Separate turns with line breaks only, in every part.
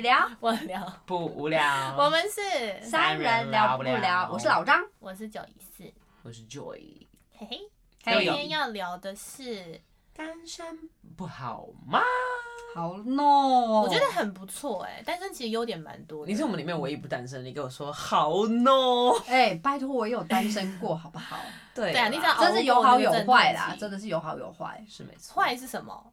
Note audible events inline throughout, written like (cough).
聊，
我聊，
不无聊。
我们是，
三人聊不
三人聊
聊？
不聊
我是老张，
我是九一四，
我是 Joy，
嘿嘿。今
哎
嘿
天要聊的是，
单身不好吗？
好 no，
我觉得很不错哎、单身其实优点蛮多的。
你是我们里面唯一不单身的，你跟我说好 no。
哎、拜托我也有单身过，好不
(laughs)
好？
对
对啊，你只要熬
真是有好有坏
过那
啦
个，阵
真的是有好有坏。
是没错。
坏是什么？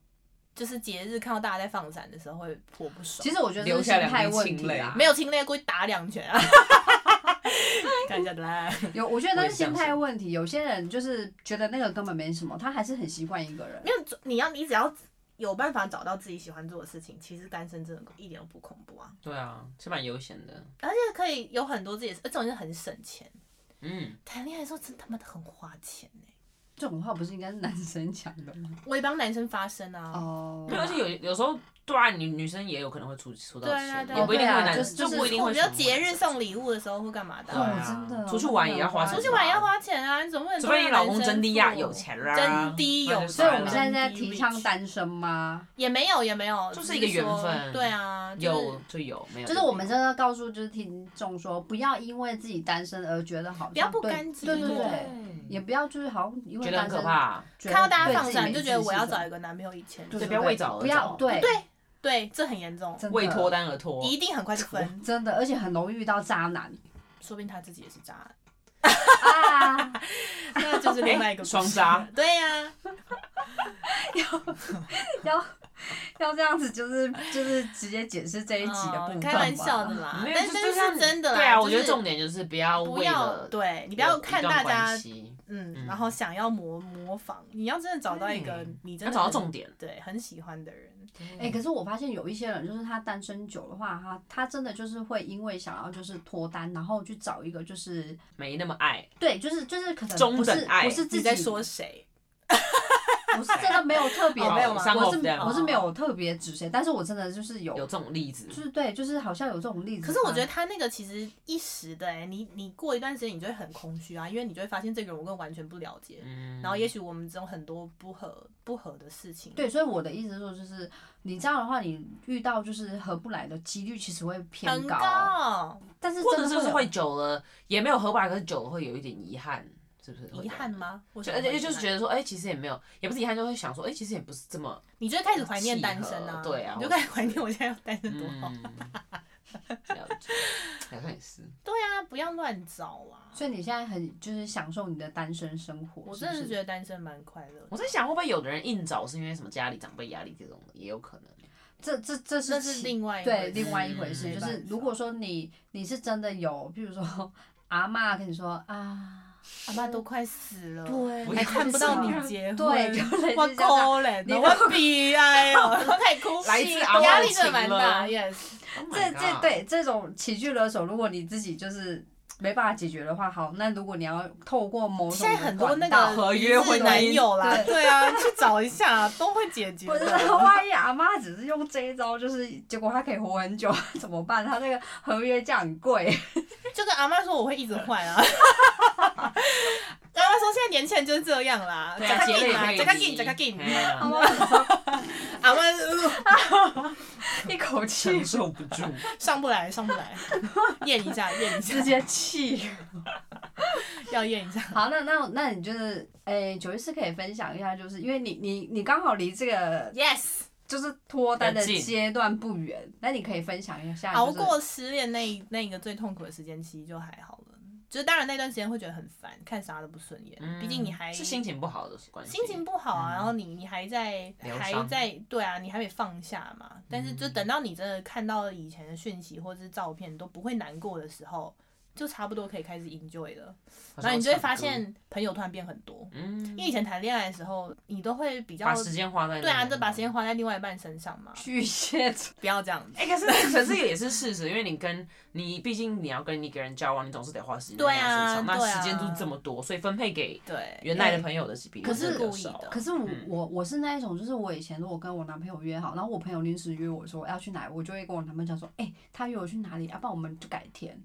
就是节日看到大家在放闪的时候会颇不爽，
其实我觉得这
留
是
下
心
两
态
滴
问
清
题
泪
啦，
没有清泪过去打两拳啊！看一下啦，
有，我觉得
我
那
也
是
这
心
样
态问题。有些人就是觉得那个根本没什么，他还是很习惯一个人
没。有，你要你只要有办法找到自己喜欢做的事情，其实单身真的一点都不恐怖啊，
对啊，是蛮悠闲的。
而且可以有很多自己的，而且重点是很省钱。
嗯，
谈恋爱的时候真他妈的很花钱欸呢、
这种话不是应该是男生讲的吗？
我也帮男生发声啊。
哦
对，而且有有时候对啊，女女生也有可能会出出到
对啊
钱，
对啊
也哦不一定会
对啊
男，
就是
就
就是
不一定
我
会
们
什
要
么。
节日送礼物的时候或干嘛的
对
啊、
啊
哦真的
出去玩也要花
真
钱，
的
出去玩也要。花钱啊，你总不能
除非你老公真的呀
呀
有钱啦，
真的有
那就
所以
算
我
了
们现在在提倡单身吗？
也没有也没有，
就是
只
一个缘
说
分
对啊，就是
有就有，没有
就是我们真的告诉就是听众说，不要因为自己单身而觉得好像
不要不
对
甘心
对
没
对
有
对，也不要就是好像因为
觉得
单
很可
身
怕，
觉得
看到大家放
对自己
闪
没
就觉得
自
我要
信
找一个男朋友以前，
对对
对不要
对
为找而
不要
找
对
对对，这很严重，
真的
为脱单而脱，
一定很快就分，
真的，而且很容易遇到渣
(laughs)
男
说不定他自己也是渣男，
啊！
那就是另外一个故事
哎双渣，
对呀，
要要这样子，就是就是直接解释 (laughs) 这一集的部
哦
分吧
开玩笑的啦，
没有
但
就是像
是真的啦，
对啊，
就是
我觉得重点就是不要
不
为
要
了
对你
你
不要看大家
要
嗯，
嗯
然后想要模模仿，你要真的找到一个
对
你真的
找到
很
重点，
对很喜欢的人，
哎、可是我发现有一些人，就是他单身久的话，他他真的就是会因为想要就是脱单，然后去找一个就是
没那么爱，
对，就是就是可能
中
不是
等爱
不是自己
你在说谁？
我是真的没有特
(laughs)
别
哦没有
的，
吗
我
Some
是
of them
我
哦
是没有特别指谁，但是我真的就是有，
有这种例子
就，是对，就是好像有这种例子。
可是我觉得他那个其实一时的哎、你你过一段时间你就会很空虚啊，因为你就会发现这个人我根本完全不了解，
嗯，
然后也许我们中很多不合不合的事情。
对，所以我的意思是说，就是你这样的话，你遇到就是合不来的几率其实会偏
很
高，
高，
但是
或
真
者
的
是不是
有
会久了也没有合不来，可是久了会有一点遗憾，是不是？
遗憾？吗？我
就
想
而且
会
就是
遗
觉得说，哎，其实也没有，也不是遗憾，就会想说，哎，其实也不是这么，
憾你就会开始怀念单身
契
啊，
合对啊
你就开始怀念我现在要单 (laughs) 身多好。
嗯，了解，好像也是，
对啊，不要乱找啊！
所以你现在很就是享受你的单身生活，
我真的
是
是
不是
觉得单身蛮快乐的。
我在想会不会有的人硬找是因为什么家里长辈压力这种的，也有可能。
这这这
那
是
是
其
另外一回
对
事
另外一回
嗯
事，就
没
是
办
如
法
果说你你是真的有，譬如说阿嬷跟你说啊，
阿爸都快死了，
对
还看不到你结婚，
对，就类
我
似这样。
可怜
你
的，我悲哀 (laughs) 哦，太哭泣，
来自阿嬷的
压力真的蛮
情
大
了，Oh
，yes，
这这对这种情绪勒索，如果你自己就是没办法解决的话，好，那如果你要透过某种
现在很多
管
那
道
个
合约婚
会
姻
男友啦，
对
对啊，去找一下都会解决
我知
的。
道，万一阿妈只是用这一招，就是结果她可以活很久，怎么办？她那个合约价很贵，
就跟阿妈说我会一直换啊。阿妈说现在年轻人就是这样啦，
对啊，
加
结
劲
累
啊，
可以
加劲，加
离
劲。
嘿啊
(laughs) 阿妈说
阿妈呃
(laughs) 一口
承
气
受不住，
上不来，上不来， (laughs) 验一下，验一下
直，接气。
要验一下。
好，那那那你哎就是，诶、九一四可以分享一下，就是因为你你你刚好离这个
Yes，
就是脱单的
很近
阶段不远，那你可以分享一下、
熬
就是，
过失恋那一那个最痛苦的时间，其实就还好了。就是当然那段时间会觉得很烦，看啥都不顺眼，毕竟你还
嗯是心情不好的关系，
心情不好啊，
嗯
然后你你还在
疗
还
伤嗯
在对啊，你还没放下嘛。但是就等到你真的看到以前的讯息或者是照片都不会难过的时候，就差不多可以开始 enjoy 了。
好像
然后你就会发
要唱歌，
现朋友突然变很多，
嗯
因为以前谈恋爱的时候，你都会比较
把时间花在那
对啊，
里
就把时间花在另外一半身上嘛。
巨蟹座，
不要这样子，
哎、可
(laughs)
是可是也是事实，因为你跟你，毕竟你要跟一个人交往，你总是得花时间在
对
他身
啊
上，那
对啊
时间就是这么多，所以分配给
对，
原来的朋友的比例
可是
比较
故意
少
的
可是我、
嗯
我我是那一种，就是我以前如果跟我男朋友约好，然后我朋友临时约我说要去哪，我就会跟我男朋友讲说，哎、他约我去哪里，要、不然我们就改天。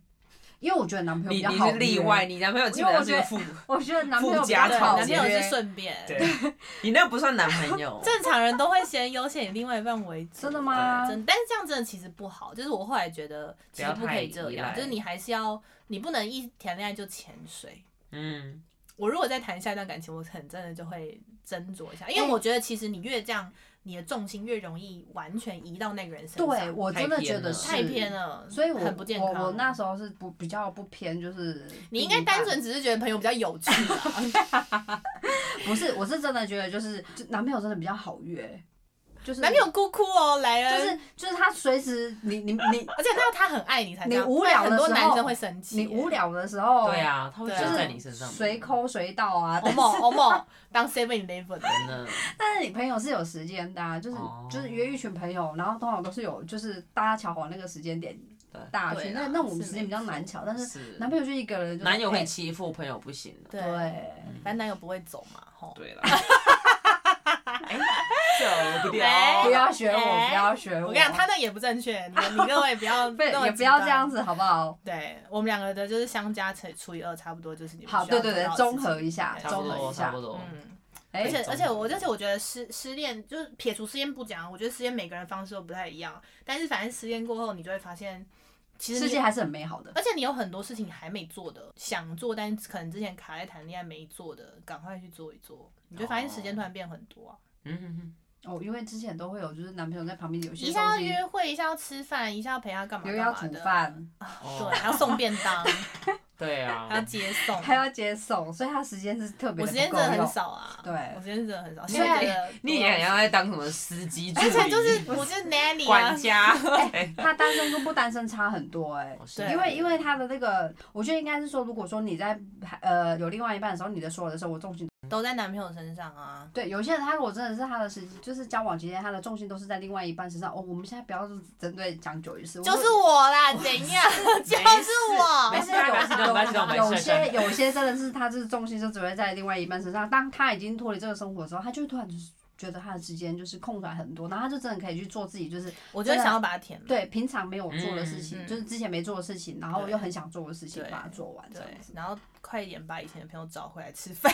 因为我觉得男朋友比
你
较
你
好
是例
约
外，，你男朋友基本上是个父母，
我觉得男朋友比较
附加
好
条
对男朋友
约
是顺便，。
对， (laughs) 你那不算男朋友 (laughs)
正常人都会先优先以另外一半为主。
真的吗？
真，但是这样真的其实不好。就是我后来觉得，其实不可以这
不要太依
样，
赖
就是你还是要，你不能一谈恋爱就潜水。
嗯，
我如果再谈下一段感情，我很真的就会斟酌一下，因
哎
为我觉得其实你越这样，你的重心越容易完全移到那个人身上，
对，我真的觉得是
太偏，了，
所以我
很不健
我
康。
我那时候是不比较不偏，就是
你应该单纯只是觉得朋友比较有趣啊，
不是，我是真的觉得就是就男朋友真的比较好约， (laughs) 就是
男朋友哭哭哦，来了，
就是就是他随时你你
(laughs)
你
而且那要他很爱你才这样，
你无聊的
不然很多
时候
男生会生气，
你无聊的时候，
对啊，他会
对
就
啊
在你身上，哦
随抠随到啊，
欧某欧某当 Seven Eleven
真的，
但是你朋友是有时间的、啊，就是、
哦
就是约一群朋友，然后通常都是有就是大家巧好那个时间点
对
大家
对
去，
啦
那那我们
是
时间
没
比较
错
难巧，但是
是
男朋友就一个人就是，
男友会
哎
欺负朋友不行的，
对，
对，
反正男友不会走嘛，吼。 (laughs)
对了。哎走不掉，
哎
不要学我，
哎
不要学
我
我，
跟你讲，他那也不正确，
(laughs)
你你各位不要
不也不要这样
子。
子好不好？
对我们两个的就是相加乘除以二，差不多就是你们
好，
需要
对对
做
对
到，的
综
事
合
情
一下，
差不
综合
多
一
差
下
不，多，
嗯，
哎
而且
综合
而且我而且我觉得失失恋就是撇除失恋不讲，我觉得失恋每个人方式都不太一样，但是反正失恋过后，你就会发现，其实
世
你
界还是很美好的。
而且你有很多事情还没做的，想做，但是可能之前卡在谈恋爱没做的，赶快去做一做，你就发现时间突然变很多啊！
嗯哼哼，
哦，因为之前都会有，就是男朋友在旁边有些
一下要
东西，
约会，一下要吃饭，一下要陪他干嘛
又
干
要
嘛
煮
的，
饭，
哦
对，，啊还要送便当，
(laughs)
对啊，
还要接送，
还要接送，所以他时间是特别
我
的
时间
不
真
够
的很
用。
少啊，
对
我时间真的很少，
(laughs) 你
现在
也
觉得啊
你以前好像在当什么司机助理，
而且就是我是
(laughs)
nanny 啊
管，家，
哎
哦
他单身跟不单身差很多哎、
对
因为因为他的那个，我觉得应该是说，如果说你在呃有另外一半的时候，你的所有的生活重心，
都在男朋友身上啊。
对有些人他如果真的是他的时，就是交往期间他的重心都是在另外一半身上。哦，我们现在不要针对讲久一次，
嗯就是我啦，怎样？就是我，啊
没事没事没事没事没事没事
有
没事没
些
事
有些真的是他就是重心就只会在另外一半身上。当他已经脱离这个生活的时候，他就会突然就是觉得他的时间就是空出来很多，然后他就真的可以去做自己就是
我就会想要把它填满。
对平常没有做的事情，
嗯嗯
就是之前没做的事情，然后
对
又很想做的事情，
对
把它做完这
对
样子，。
然后快一点把以前的朋友找回来
(laughs)
吃饭。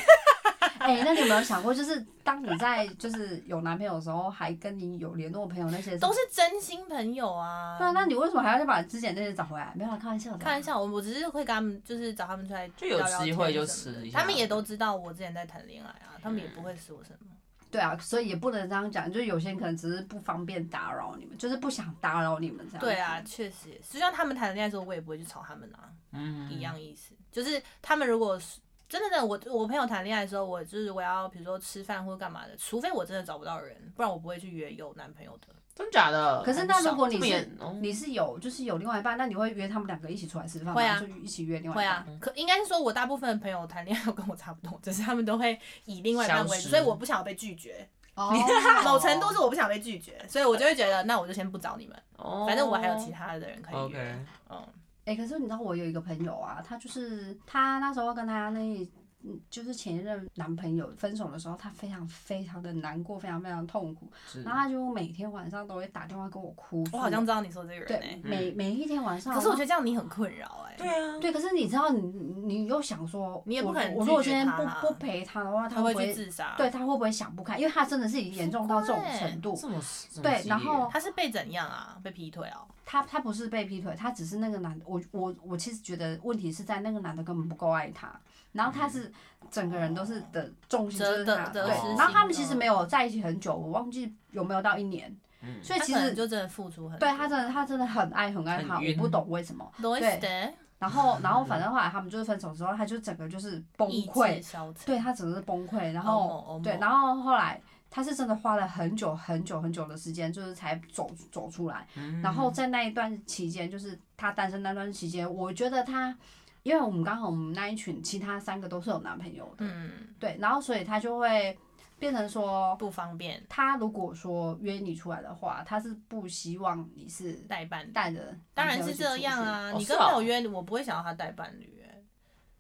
哎、那你有没有想过，就是当你在就是有男朋友的时候，还跟你有联络的朋友那些
都是真心朋友啊。
对啊，那你为什么还要再把之前那些找回来？没有啦，开玩笑的啊啦。
开玩笑，我我只是会跟他们，就是找他们出来
就有
聊聊
机
天
会就
什么的
吃一下嗯
他们也都知道我之前在谈恋爱啊，他们也不会说什么。
对啊，所以也不能这样讲，就是有些人可能只是不方便打扰你们，就是不想打扰你们这样。
对啊，，确实也是，就像他们谈恋爱的时候，我也不会去吵他们啊，
嗯
一样意思。就是他们如果是真的真的，我我朋友谈恋爱的时候，我就是我要比如说吃饭或干嘛的，除非我真的找不到人，不然我不会去约有男朋友的。
真假的？
可是那如果
这
你
么
是
严哦
你是有就是有另外一半，那你会约他们两个一起出来吃饭吗？
会啊
就一起约另
嗯
外
会
一半。
啊，可应该是说，我大部分的朋友谈恋爱都跟我差不多，只是他们都会以另外一半为
消
主，
失
所以我不想要被拒绝。
哦
(laughs) 某程度是我不想被拒绝，所以我就会觉得，那我就先不找你们，
哦
反正我还有其他的人可以约。
OK，
嗯，
哎、可是你知道我有一个朋友啊，她就是她那时候跟她那一嗯就是前一任男朋友分手的时候，她非常非常的难过，非常非常痛苦，
是
然后她就每天晚上都会打电话跟我哭诉。
嗯我好像知道你说这个人
对
哎、
每每一天晚上，
可是我觉得这样你很困扰哎、
对啊，
对，可是你知道你，你又想说，
你也不
我
可能
我如果
拒
今天
绝他
不
啦
不陪他的话，
他
会
会
不
去
会
自杀。
对，他会不会想不开？因为他真的是已经严重到这种
奇怪
程度。
这么
对然后
他是被怎样啊？被劈腿哦、
他他不是被劈腿，他只是那个男的，我我我其实觉得问题是在那个男的根本不够爱她，然后他是整个人都是的重心就是
嗯折
他，
折
对
折失，
然后他们
心
其实
了
没有在一起很久，我忘记有没有到一年，
嗯
所以
他
其
可能
实
就真的付出很多。
对他真的他真的很爱很爱
很
他，我
晕
不懂为
(laughs)
什么。
罗伊斯的
然后然后反正后来他们就是分手之后，他就整个就是崩
意
溃
志，消沉。哦
对他整个是崩溃，然
欧
后
某，欧某
对，然后后来他是真的花了很久很久很久的时间，就是才走走出来。
嗯
嗯
然后在那一段期间，就是他单身那段期间，我觉得他，因为我们刚好我们那一群其他三个都是有男朋友的，
嗯，
对，然后所以他就会变成说，
不方便
他如果说约你出来的话，他是不希望你是
代办
带着，
当然是这样。啊，
哦
你
是
跟朋友
哦
约，我不会想要他带伴侣、欸，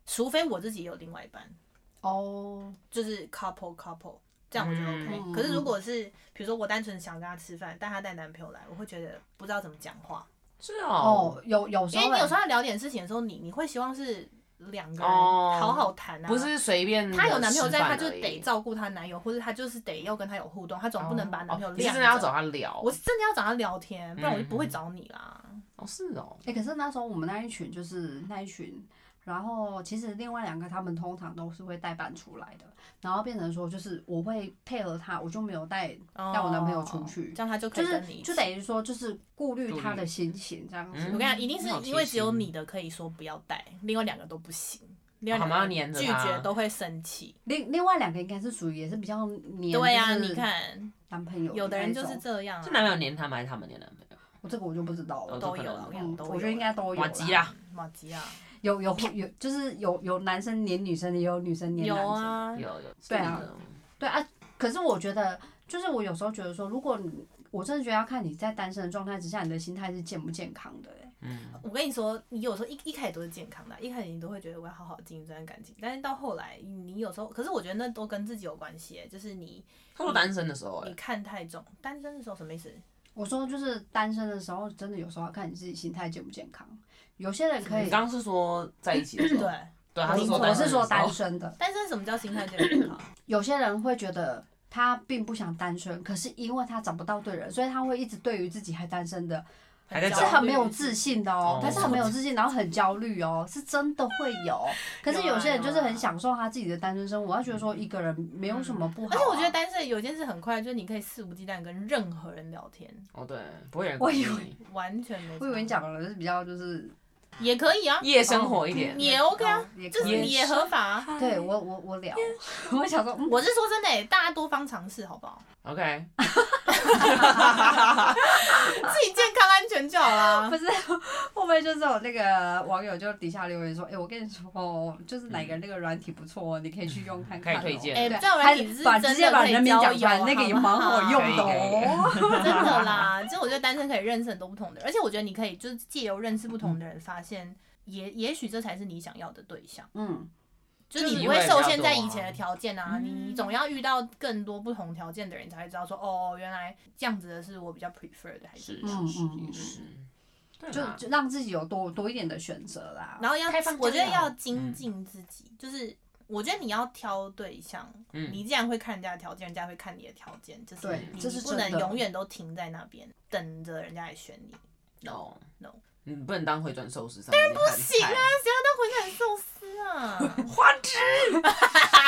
除非我自己有另外一半，
哦，
就是 couple couple，这样我觉得 OK、
嗯
可是如果是比如说我单纯想跟他吃饭，但他带男朋友来，我会觉得不知道怎么讲话，
是哦，
哦，有有时
因
候
为你有时
欸
候要聊点事情的时候，你你会希望是两个人
哦
好好谈啊，
不是随便的
她有男朋友在，
吃饭
她就
而已
得照顾她男友，或者她就是得要跟他有互动，她总不能把男朋友
哦你是
晾
真的要
着
找他聊，
我是真的要找他聊天，不然我就不会
嗯
找你啦。
哦是哦，
哎、可是那时候我们那一群就是那一群，然后其实另外两个他们通常都是会代办出来的，然后变成说就是我会配合他，我就没有带，
带
带我男朋友出去
哦这样他就可
就
以
是
跟你一
就
起
等于说就是顾虑他
顾虑
的心情这样子。
嗯
我跟你讲，一定是
好
因为
贴
只有
心
你的可以说不要带，另外两个都不行，另外
他们要
两
黏
个
着
拒
他
绝都会生气。
另另外两个应该是属于也是比较黏，
对呀、
就是
你看，
男朋友
有的人
那
就
一
是
种
这样、啊，
是男朋友黏他们还是他们黏男朋友？
我这个我就不知道了
哦。
都
都可
有，
能
我跟你
嗯
讲，都有，啊
我觉得应该都有啦。
瓦吉啦，
马吉啊，
有有有，就是有有男生黏女生的，也有女生黏
有
男生的。
啊，
有有，
对啊
是的，
对啊，可是我觉得，就是我有时候觉得说，如果你我真的觉得要看你在单身的状态之下，你的心态是健不健康的、欸。
嗯，
我跟你说，你有时候一一开始都是健康的啊，一开始你都会觉得我要好好经营这段感情，但是到后来，你有时候，可是我觉得那都跟自己有关系耶，就是你
他说单身的时候
你
哎，
看太重，单身的时候什么意思？
我说就是单身的时候，真的有时候要看你自己心态健不健康。有些人可以
你，刚刚是说在一起的时
对，
候，对，他是说
我
单身
是
的时
说
候
单身的，
单身什么叫心态健
(coughs)
康？
有些人会觉得。他并不想单身，可是因为他找不到对人，所以他会一直对于自己还单身的，
还在
焦
是
虑
很没有自信的哦
哦，
他是很没有自信，然后很焦虑哦，是真的会有。可是有些人就是很享受他自己的单身生活，他觉得说一个人没有什么不好啊、
而且我觉得单身有一件事很快，就是你可以肆无忌惮跟任何人聊天，
哦对，不会有人
我
管你，
以
完全没。
我以为你讲的是比较就是
也可以啊，
夜生活一点，
也 OK 啊，
也
就
可
是
以。
也合法啊。
对我我我聊， (laughs) 我想说，嗯
我是说真的欸，大家多方尝试好
(laughs)
不好？
OK，
自己健康安全就好
啊
啦
不。是 (laughs) 后面就是有那个网友就底下留言说，哎，我跟你说，就是哪个那个软体不错，你可以去用看看哦。
嗯可以推荐
哎
对
这种软
还
体是
把
真
直
的
接把
可以
人名
交
讲出来，
友
那个
好
也
不
蛮好
好
用的
可以可以
哦。
(laughs)
(laughs)
真的啦，就我觉得单身可以认识很多不同的人，而且我觉得你可以就是借由认识不同的人，发现也也许这才是你想要的对象，
嗯，
就是
就
你
是
不会
你会
受
比较
限在
多
以
啊
前的条件啊，你总要遇到更多不同条件的人，你才会知道说哦，原来这样子的是我比较 prefer 的，还
是
是
嗯
是是
嗯
也是，对
就
啦
就让自己有多多一点的选择啦。
然后要
开放
我觉得
交友
要精进自己，就是我觉得你要挑对象，
嗯
你既然会看人家的条件，人家会看你的条件，就是
对
你
这是
不能
真的
永远都停在那边等着人家来选你。
哦
No
你不能当回转寿司上面，当然不
行啊，谁要当回转寿司啊？
花枝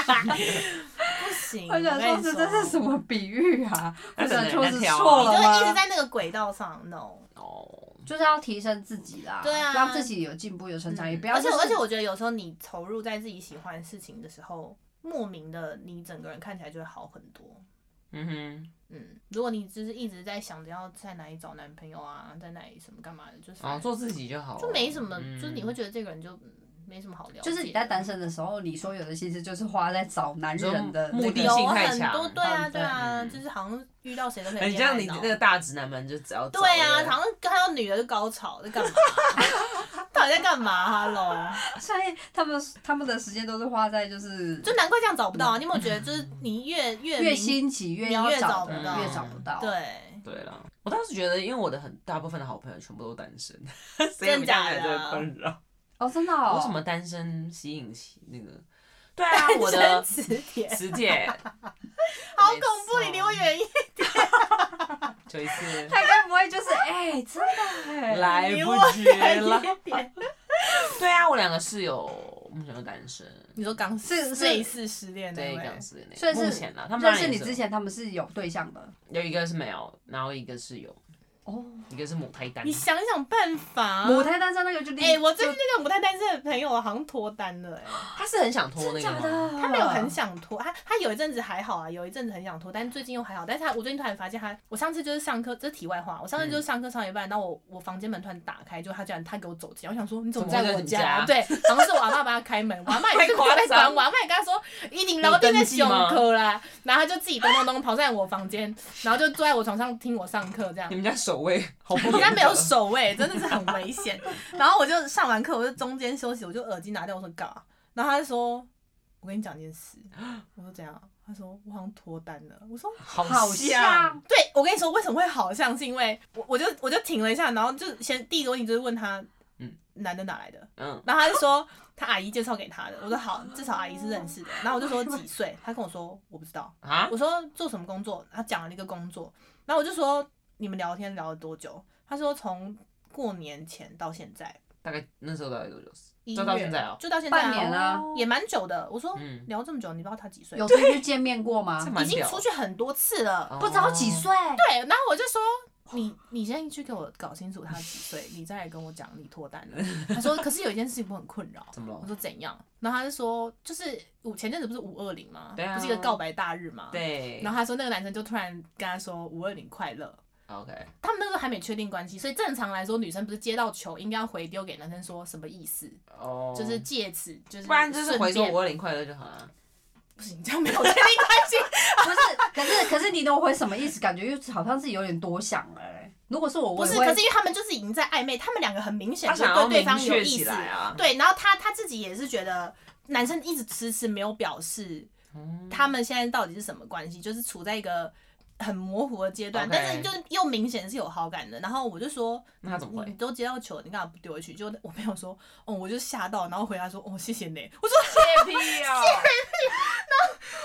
不行，
我想说，
我跟你
这这是什么比喻啊？我
(laughs) 那
想
可能
说
人
是
家挑啊
错了
你就会一直
吗？
在那个轨道上，no。
哦，
就是要提升自己啦，
对啊嗯
让自己有进步、有成哎长，也不要
而且
就是
而且我觉得有时候你投入在自己喜欢的事情的时候，莫名的你整个人看起来就会好很多。
嗯哼，
嗯，如果你就是一直在想着要在哪里找男朋友啊，在哪里什么干嘛的，就是
哦，做自己就好了，
就没什么，
嗯
就是你会觉得这个人就嗯没什么
哦
好聊。
就是你在单。身的时候，你所有的心思就是花在找男人的
你说目的
那个
有
性太
很
强
多，对啊，
嗯
对啊，
嗯
就是好像遇到谁都可以
哎，
恋爱
你这样你
脑
那个大直男们就只要找
啊对
那
啊，
个
好像看到女的就高潮，在干嘛？ (laughs) 到底在干嘛？Hello，
(laughs) 所以他们他们的时间都是花在就是
就难怪这样找不
嗯
到啊。你有没有觉得，就是你越越
越
明
心急越
你
要
越
找
找不
的
到
越找不到，，
对，
对了，我当时觉得，因为我的很大部分的好朋友全部都单身，所
真
以我
的
们
假
家
的
人的困扰。
哦，真的
为
哦，
什么单身吸引起那个？对啊，我
单
的
身磁铁，
师姐，
(laughs) 好恐怖！你离我远一点，
就一次
他该不会就是哎，真的哎，
来
离我
不及了。
远一点。
对啊，我两个室友目前都单身，
你说刚
是是
这一次失恋那
对，
位，
刚是那
所以
个
是
目前啦，他们当
认
然
识你
也是
之前他们是有对象的
有一个是没有，然后一个是有，
哦，
一个是母胎单
你。想想办法。
母胎单身那个就另
哎、我最
就
近那个母胎单身的朋友好像脱单了、哎，
他是很想拖那
假
个
的
吗？，
他没有很想脱，他他有一阵子还好啊，有一阵子很想脱，但最近又还好。但是他我最近突然发现他，我上次就是上课，这是题外话，我上次就是
嗯
上课上一半，然后我我房间门突然打开，就他居然他给我走进来，我想说你怎么
怎
在
么会
我
在你 (laughs) 家
对，然后是我阿妈帮他开
(laughs)
门，我阿妈也是
太夸张
在管我，阿妈也跟他说一定老弟在胸口啦，然后他就自己咚咚咚跑上我房间，然后就坐在我床上听我上课这样
你。们家守卫好
(laughs)
不？
人家没有，守卫，真的是很危 (laughs) 啊险。然后我就上完课，我就中间休息，我就耳机拿掉，我说干嘛？然后他就说。我跟你讲件 (gasps) 事。我说怎样？他说我好像脱单了。我说
好
好
像，
对，我跟你说为什么会好像是因为我我就我就停了一下，然后就先第一个问题就是问他，
嗯，
男的哪来的？
嗯，
然后他就说他阿姨介绍给他的。我说好，至少阿姨是认识的。然后我就说几岁？他跟我说我不知道。
啊，
我说做什么工作？他讲了一个工作，然后我就说你们聊天聊了多久？他说从过年前到现在，
大概那时候大概多久？
一
就到
月
现在哦
就到现在、哦
半年啊，
也蛮久的。我说、
嗯，
聊这么久，你不知道他几岁？
有出去见面过吗
这？蛮
已经
屌
出去很多次了。
哦
不知道几岁，
对，然后我就说。你你先去给我搞清楚他几岁，你再来跟我讲你脱单了。他说，可是有一件事情我很困扰。
怎么
我
了？
说怎样？然后他就说，就是五前阵子不是五二零吗？
对啊
不是一个告白大日吗？。
对，
然
后
后他说那个男生就突然跟他说五二零快乐，
OK，
他们那时候还没确定关系，所以正常来说，女生不是接到球应该要回丢给男生说什么意思，
哦，
就是借此就是
不然就是回说
顺便
五二零快乐就好了。
不行，这样没有确定关系。
不是？哦可是可是你懂我会什么意思？感觉又好像是有点多想了、欸。如果是我，
不
我
是，
也
可
会
是因为他们就是已经在暧昧，他们两个很明显
他
就
想要
对对
明
方有
确
意
起
思，
来啊，
对，然后他他自己也是觉得男生一直迟迟没有表示
嗯
他们现在到底是什么关系，就是处在一个很模糊的阶段
OK
但是就又明显是有好感的。然后我就说，
那他怎么
你
回
你都接到球，你干嘛不丢回去？就我朋友说，哦，我就吓到，然后回答说，哦，谢谢你。我说，
谢
(laughs)
屁哦，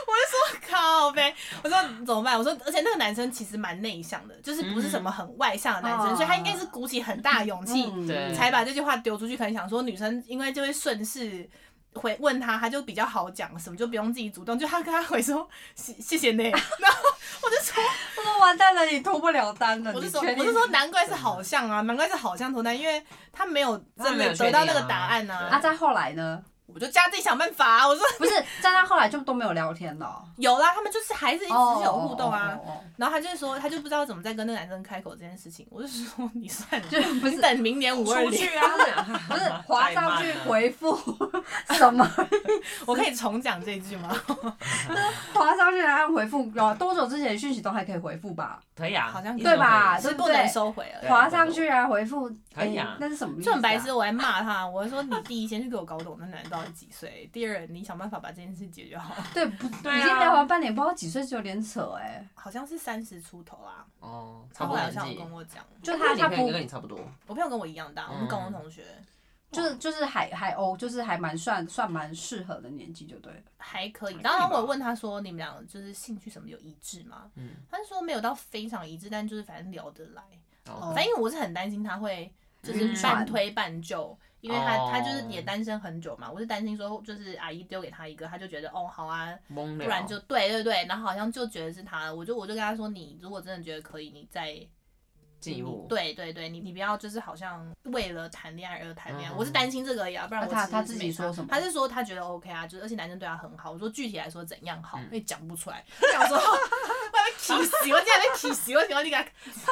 我就说靠呗，我说怎么办？我说，而且那个男生其实蛮内向的，就是不是
嗯
什么很外向的男生，
哦
嗯
所以他应该是鼓起很大的勇气。
嗯
对
才把这句话丢出去，可能想说女生因为就会顺势回问他，他就比较好讲什么，就不用自己主动。就他跟他回说谢谢谢
(laughs)
你，然后我就说
我说完蛋了，你脱不了单了。
我就
你
说
确定
我就说难怪是好像啊，难怪是好像脱单，因为他没有
他
真
没有
的
确定
得到那个答案
啊
啊。
啊，再后来呢？
我就加自己想办法、啊。我说
不是，在他后来就都没有聊天了
(laughs)
哦。
有啦，他们就是还是一直
哦，
有互动啊。
哦，哦哦哦
然后他就说，他就不知道怎么再跟那个男生开口这件事情。我就说你算
(laughs)
了，
就不
(laughs)
你
是
等明年五二
出
零，
去啊，
不是滑上去回复什么，
我可以重讲这一句吗？
滑上去然后按回复，有多久之前的讯息都还可以回复吧？
可以啊，
好像
一直
对吧
都可以
是不能收回了
对。
滑上去然后回复，
可以啊
哎那是什么意思
就
啊？
很白痴，我还骂他，我就说你第一先去给我搞懂那男的到底几岁，第二你想办法把这件事解决好，
对，不
对啊
已经聊完半年，不知道几岁就有点扯哎。
好像是三十出头啊，
哦，
他
差不
后
多
来好
年
像有
纪，
跟我讲，
就他他
你朋友
不
跟你差不多，哦
我朋友跟我一样大，我们高中同学，
就是就是海海鸥，就是还蛮算算蛮适合的年纪，就对了。
还可以。
还可以吧
当然我问他说你们俩就是兴趣什么有一致吗？
嗯，
他就说没有到非常一致，但就是反正聊得来。
哦
反正因为我是很担心他会就
晕
是
船
半推半就，因为他
哦
他就是也单身很久嘛，我是担心说就是阿姨丢给他一个，他就觉得哦好啊，
懵了，
不然就对对对，然后好像就觉得是他了，我就我就跟他说，你如果真的觉得可以，你再
进一步，
对对对，你你不要就是好像为了谈恋爱而谈恋爱，
嗯
我是担心这个啊呀，不然
那
我
他
其实
他
是
自
没
己
差
说什么
他是说他觉得 OK 啊，就是而且男生对他很好。我说具体来说怎样好，
嗯
因为讲不出来， (laughs) 我想说我被气死，我竟然被气死，我想要
(laughs)
你给他啊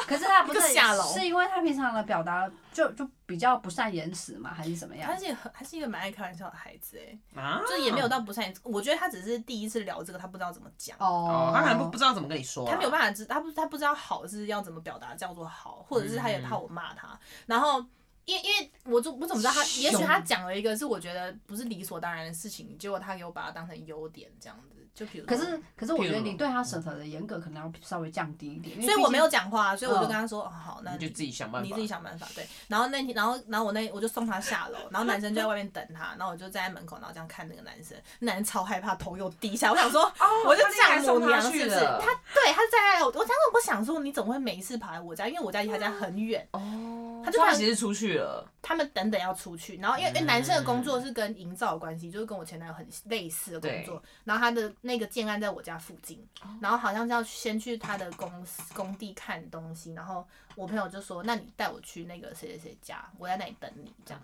可是
(laughs)
他不是
就下楼
是因为他平常的表达就就比较不善言辞嘛，还是怎么样
他？是一个很他是一个蛮爱开玩笑的孩子哎、
啊，
嗯
就是也没有到不善，我觉得他只是第一次聊这个，他不知道怎么讲。
哦
哦，，他可能不不知道怎么跟你说
嗯
啊，
他没有办法知，他不他不知道好是要怎么表达叫做好，或者是他也怕我骂他，然后。因因为我就我怎么知道他？
凶
也许他讲了一个是我觉得不是理所当然的事情，结果他给我把它当成优点这样子。就嗯比如说，
可是，可是我觉得
譬
你
如
对他审核的严格可能要稍微降低一点，因为
所以
毕
我
竟
没有讲话，所以我就
嗯
跟他说，哦、好，那
你就自己想办法，
你自己想办法。对，然后那天，然后然后我那我就送他下楼，然后男生就在外面等他，然后我就站在门口，然后这样看那个男生，那男生超害怕，头又低下，我想说，
哦，
我就
他
丈
还送
母
他
娘
去
是不是？
了
他对他站在我，我当时我想说，你怎么会没事跑来我家？因为我家离他家很远，
哦，
他就
所以
把
其实出去了，
他们等等要出去，然后因为、因为
嗯
男生的工作是跟营造有关系，就是跟我前男友很类似的工作，然后他的那个建案在我家附近，
哦
然后好像是要先去他的公司工地看东西，然后我朋友就说，那你带我去那个谁谁谁家，我在那里等你这样。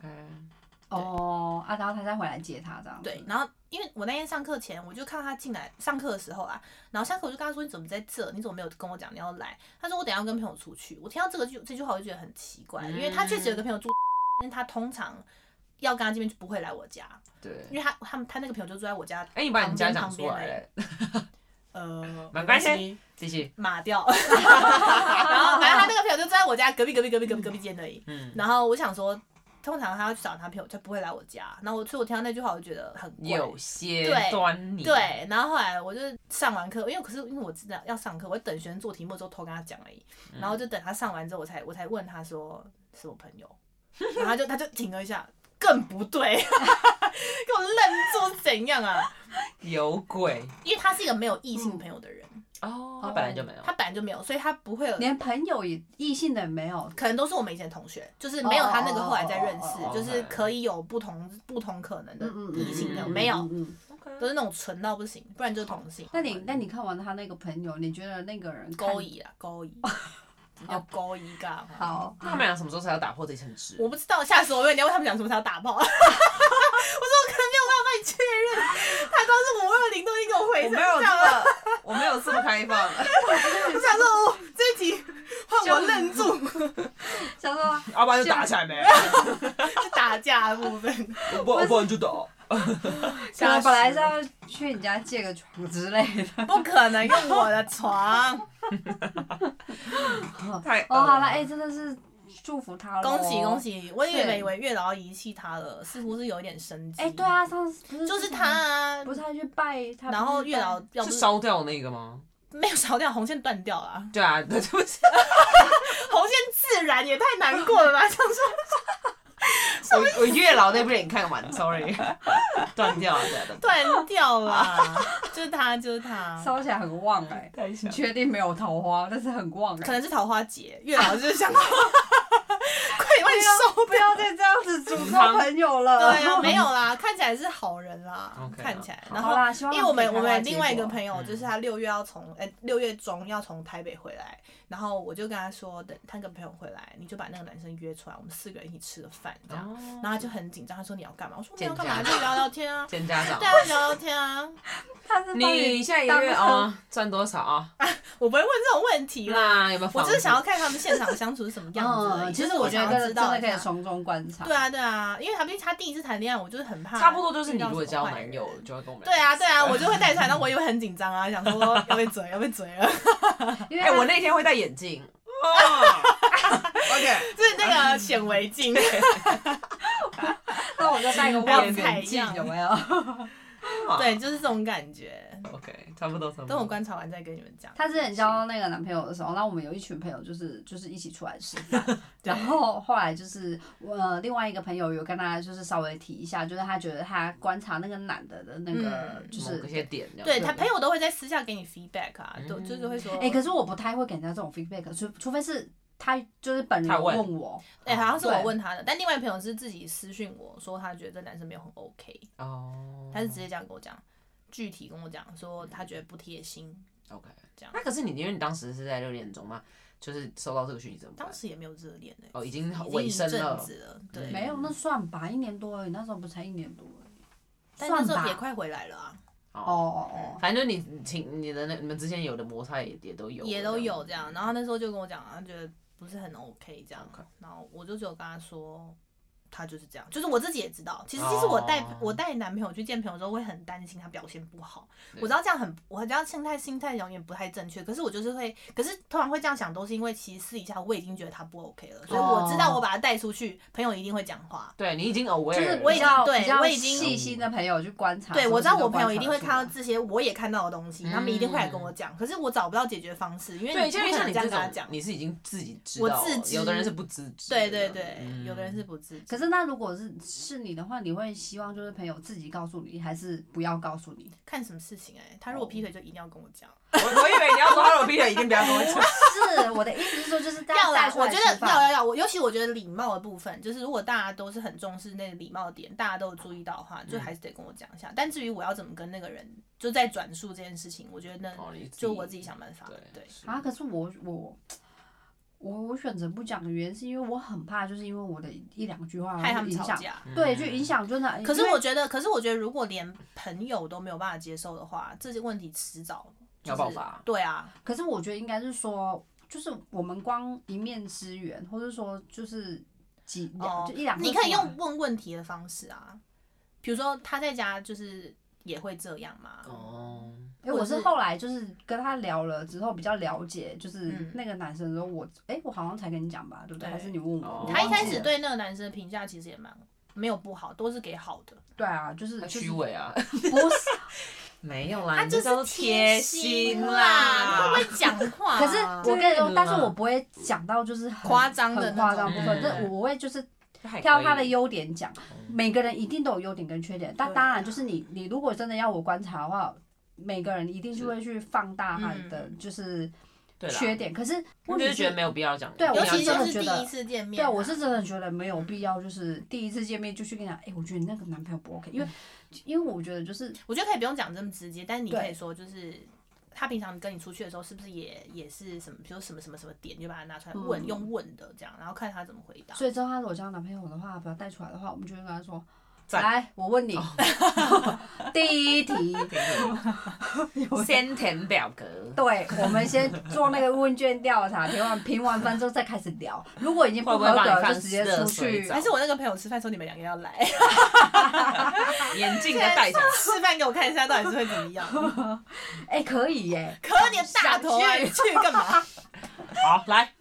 哦啊，然后他再回来接他这样子。
对， (laughs) 然后因为我那天上课前，我就看到他进来上课的时候啊，然后下课我就跟他说：“你怎么在这？你怎么没有跟我讲你要来？”他说：“我等一下要跟朋友出去。”我听到这个句这句话，我就觉得很奇怪，因为他确实
嗯
有个朋友住，但是他通常要跟他见面就不会来我家，
对，
因为他他们他那个朋友就住在我家，
哎，你把你家讲
旁
出
边
来了，
呃，
没关 (laughs) 系，继续，
码掉， (laughs) 然后反正他那个朋友就住在我家隔壁隔壁隔壁隔壁隔壁间而已。
嗯，
然后我想说，通常她要去找男朋友，就不会来我家。然后我所以我听到那句话，我就觉得很怪
有些
对
端倪，，
对，然后后来我就上完课，因为可是因为我知道要上课，我等学生做题目之后偷跟他讲而已，然后就等他上完之后，我才我才问他说是我朋友，然后他就他就停了一下，更不对， (laughs) 给我愣住是怎样啊？
有鬼
因为他是一个没有异性朋友的人，
哦，他本来就没有，
他本来就没有，所以他不会有。
连朋友也异性的也没有，
可能都是我们以前同学，就是没有他那个后来再认识
哦哦哦哦哦
就是可以有不同不同可能的
嗯嗯嗯
异性朋友，
嗯
没有
嗯，嗯嗯
OK
都是那种纯到不行，不然就是同性。
那你那你看完他那个朋友，你觉得那个人看
勾一啊，勾一，要勾一干嘛？
好？
那他们俩什么时候才要打破这层纸？
我不知道，吓死我！因为你要问他们讲什么时候打 (laughs) 炮，我说我可能没有办法帮你确认。他光是五二零都已经给我回
我
成
没
这
有这
样了，
么，我没有这么开放。
我想说，哦，这一集换我愣住，嗯
想
(laughs)
说
(laughs) 要不然就打起来呗，
是打架的部分。
不不然就打。
可能本来是要去你家借个床之类的。
不可能用我的床，
太
哦，好了，哎、，真的是祝福他了。
恭喜恭！喜！我以
对
为以为月老要遗弃他了，似乎是有一点生机。
哎、对，啊，上次不是
就是他，啊
不。是他去拜他，
然后月老要不
是
是
烧掉那个吗？
没有烧掉，红线断掉了啊。
对啊， (laughs) 对不起，
红线自燃也太难过了吧？想说
我我月老那部电影看完，sorry，断掉了，啊断掉了
断掉了，
啊
就是他，就是他，
烧起来很旺哎、
太小
你确定没有桃花？但是很旺哎、
可能是桃花节，月老就是想说， (laughs) 快点快点收
不
掉。
要再这样子诅咒朋友了。
对
(laughs)
啊，没有啦，看起来是好人啦
OK 啦
看起来。
好
然
好
后，
啦，希望
因为我们
可以
我
看到
们
结
另外一个
果
朋友，
嗯
就是他六月要从哎六月中要从台北回来，然后我就跟他说，等他跟朋友回来，你就把那个男生约出来，我们四个人一起吃个饭这
哦
样。然后他就很紧张，他说你要干嘛？我说没有干嘛，
见
就
家
聊聊天啊。
见家长
对。啊，聊聊天啊，
他是帮
你下一个月啊赚多少啊？ (laughs)
我不会问这种问题啦。
那有没有？
我只是想要看他们现场相处是什么样子而已。
嗯，其
就
实
是
我
我
觉
想
得
要
真
知道
的
一
可以
下
从中观察。
对啊，对啊，因为他毕竟他第一次谈恋爱，我就是很怕。
差不多就是你如果交男友，就会跟我们
对啊，对 (laughs) 啊，我就会带出来，那我也会很紧张啊，想说要被 (laughs) 嘴，要被嘴了。啊
因为
哎、
他
我那天会戴眼镜。OK，
哦
(laughs)
就是那个显微 (laughs) 镜，
那我就戴个
还有
望
采
远镜，
样
有 (laughs) 没有？
对，就是这种感觉。
，OK，差不多，差不多。
等我观察完再跟你们讲。
她之前交到那个男朋友的时候，那我们有一群朋友，就是就是一起出来吃饭，然后后来就是我、呃、另外一个朋友有跟她就是稍微提一下，就是她觉得她观察那个男的的那个
嗯
就是
某。些点这样，
对他朋友都会在私下给你 feedback 啊，都就是会说，
哎、可是我不太会给人家这种 feedback，除除非是他就是本人
他问
问我，
哎，好像是
对
我问他的，但另外一朋友是自己私讯我说他觉得这男生没有很 OK，
哦，
他是直接这样跟我讲，具体跟我讲说他觉得不贴心，
OK
这样
那可是你，因为你当时是在六点钟嘛，就是收到这个讯息怎么办
当？时也没有热恋哎，
哦，已经
已经
尾
一
声
阵
了，嗯
子了，对，
没有那算吧，一年多而已，那时候不才一年多而已，
但那
算
时候
吧
也。快回来了啊，
哦哦哦，
反正就你请你的那你们之间有的摩擦也也都有，嗯
也都有这样。然后他那时候就跟我讲，他觉得不是很 OK 这样
OK。
然后我就只有跟他说，他就是这样，就是我自己也知道。其实其实我带、
哦
我带男朋友去见朋友之后，会很担心他表现不好。
对
我知道这样很，我知道心态心态永远不太正确。可是我就是会，可是通常会这样想，都是因为其实私底下我已经觉得他不 OK 了，所以我知
哦
道我把他带出去，朋友一定会讲话。
对你已经 aware，
就是
了
我
比
已经
较
对
比较
我已经
细心的朋友去观察。
对，我知道我朋友一定会
看
看到这些我也看到的东西，他们一定会来跟我讲。可是我找不到解决方式，因为
嗯对，
你
就
不
因为
可
像
能
你
这样
这
跟他
种
讲，。
你是已经自己知道了，哦
我自知
有的人是不自知的，
对对对，
嗯
有的人是不自知。
可是那如果是是你的话，你会希望就是朋友自己告诉你，还是不要告诉
(laughs)
你？
看什么事情哎、他如果劈腿就一定要跟我讲。
我我以为你要说哈罗比特，一定不要跟我
(laughs)
讲。
是我的意思是说，就是大
要
家
啦
带，出
我
来
觉
吃
得要
饭。
要要，我尤其我觉得礼貌的部分，就是如果大家都是很重视那个礼貌的点，大家都有注意到的话，
嗯
就还是得跟我讲一下。但至于我要怎么跟那个人就在转述这件事情，我觉得那
哦你自己
就我自己想办法。对
对，
啊，可是我我我我选择不讲的原因是因为我很怕，就是因为我的一两句话
害他
然后
们
影
吵
响，
架。
嗯
对，就影响真的。
可是
因为
我觉得，可是我觉得，如果连朋友都没有办法接受的话，这些问题迟早就是
要爆发
对啊，
可是我觉得应该是说，就是我们光一面之缘，或者说就是几两
哦
就一两个出
你
来，
可以用问问题的啊方式啊，比如说他在家就是也会这样嘛，
哦，
因为我
或
是
者是
后来就是跟他聊了之后比较了解，就是
嗯
那个男生的时候，我哎、我好像才跟你讲吧，对不对？
对
还是你问我
哦？
我
他一开
忘记
始
了
对那个男生的评价其实也蛮没有不好，都是给好的。
对啊，就是
他
就是啊
虚伪
(laughs)
啊，
不是，
没有啦，
他
啊你
就
这叫
是
做贴
心
啦，
你会不会讲话啊？ (laughs)
可是我跟你说
对，
但是
啦
我不会讲到就是很
夸张的
很夸
那种
张部分，
嗯
但我会就是
还可以嗯
挑他的优点讲。每个人一定都有优点跟缺点，但
对
当然就是你，你如果真的要我观察的话，每个人一定是
是
会去放大他的
嗯
就是
对啦
缺点。可是
我
问
就
题
是觉得没有必要讲，
对
一定
尤
要
我真
其
的
就
讲
是
觉
第
得
一次见面
对
啊，
我是真的觉得没有必要，就是第一次见面就去跟你
嗯
讲，哎、我觉得你那个男朋友不 OK，因为因为我觉得就是
我觉得可以不用讲这么直接，但是你
对
可以说就是。他平常跟你出去的时候，是不是也也是什么，比如什么什么什么点，你就把它拿出来问，
嗯
用问的这样，然后看他怎么回答。
所以之后他如果交男朋友的话，把他带出来的话，我们就会跟他说，
赞
来，我问
(laughs)
你， (laughs) 第一题， (laughs)
先填表格，
对，我们先做那个问卷调查，填完评完分之后再开始聊。如果已经不
会不
合
会把
格，
你放
就直接出
热水
去。
澡
还是我那个朋友吃饭的时候，你们两个要来，
(laughs)
(laughs)
眼镜
(laughs)
再戴上，
示范给我看一下，到底是会怎么样？
哎、可以耶，
可你的大头啊，
想
你去
(laughs)
干嘛？
好来，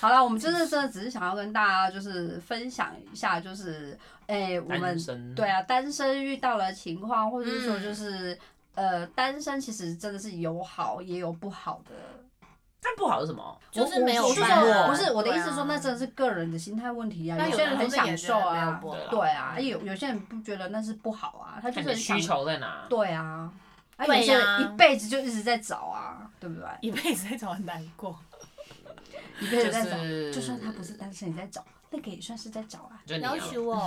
好了，我们就是真的只是想要跟大家就是分享一下，就是哎、我
男
们
生
对，啊，单身遇到了情况，或者是说
嗯
就是、呃，单身其实真的是有好也有不好的。
但不好是什么？
我
就是没有
我我是
办
这种
法
不是我的
对
意
啊
思说，那真的是个人的心态问题啊。
那
有
有
些
的
人很
人真的
享
也
受
觉得没有
啊
不，好
对啊，
嗯
哎有有些人不觉得那是不好啊，他就
看
是
你的
很享
需求在哪？
对啊，啊，
对
有些
呀
人一辈子就一直在找啊，对不对？
(laughs) 一辈子在找很难过，
一辈
就
子在找，
是
就算他不是单身也在找，那个也算是在找啊。
就你啊
要求 (laughs) 我，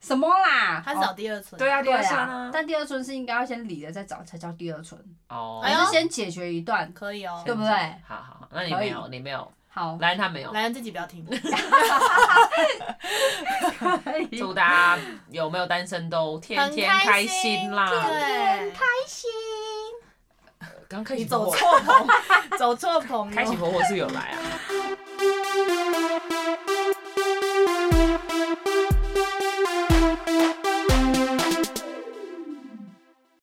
什么啦？
他是找第二春。
对啊，
哦对
对
啊
啊，，
但第二春是应该要先理了再找才叫第二春，
哦，
哎呦
还是先解决一段？
可以哦。
对不对？
好好，好那你
可以哦
没有，你没有，
(laughs)
好，
来他没有。
来人自己不要听，
可以
祝大家有没有单身都天天
很开
开
心
心啦！
对，
心。
刚开
你
心
走
婆
错棚，走错棚了，
开心婆婆是有来啊，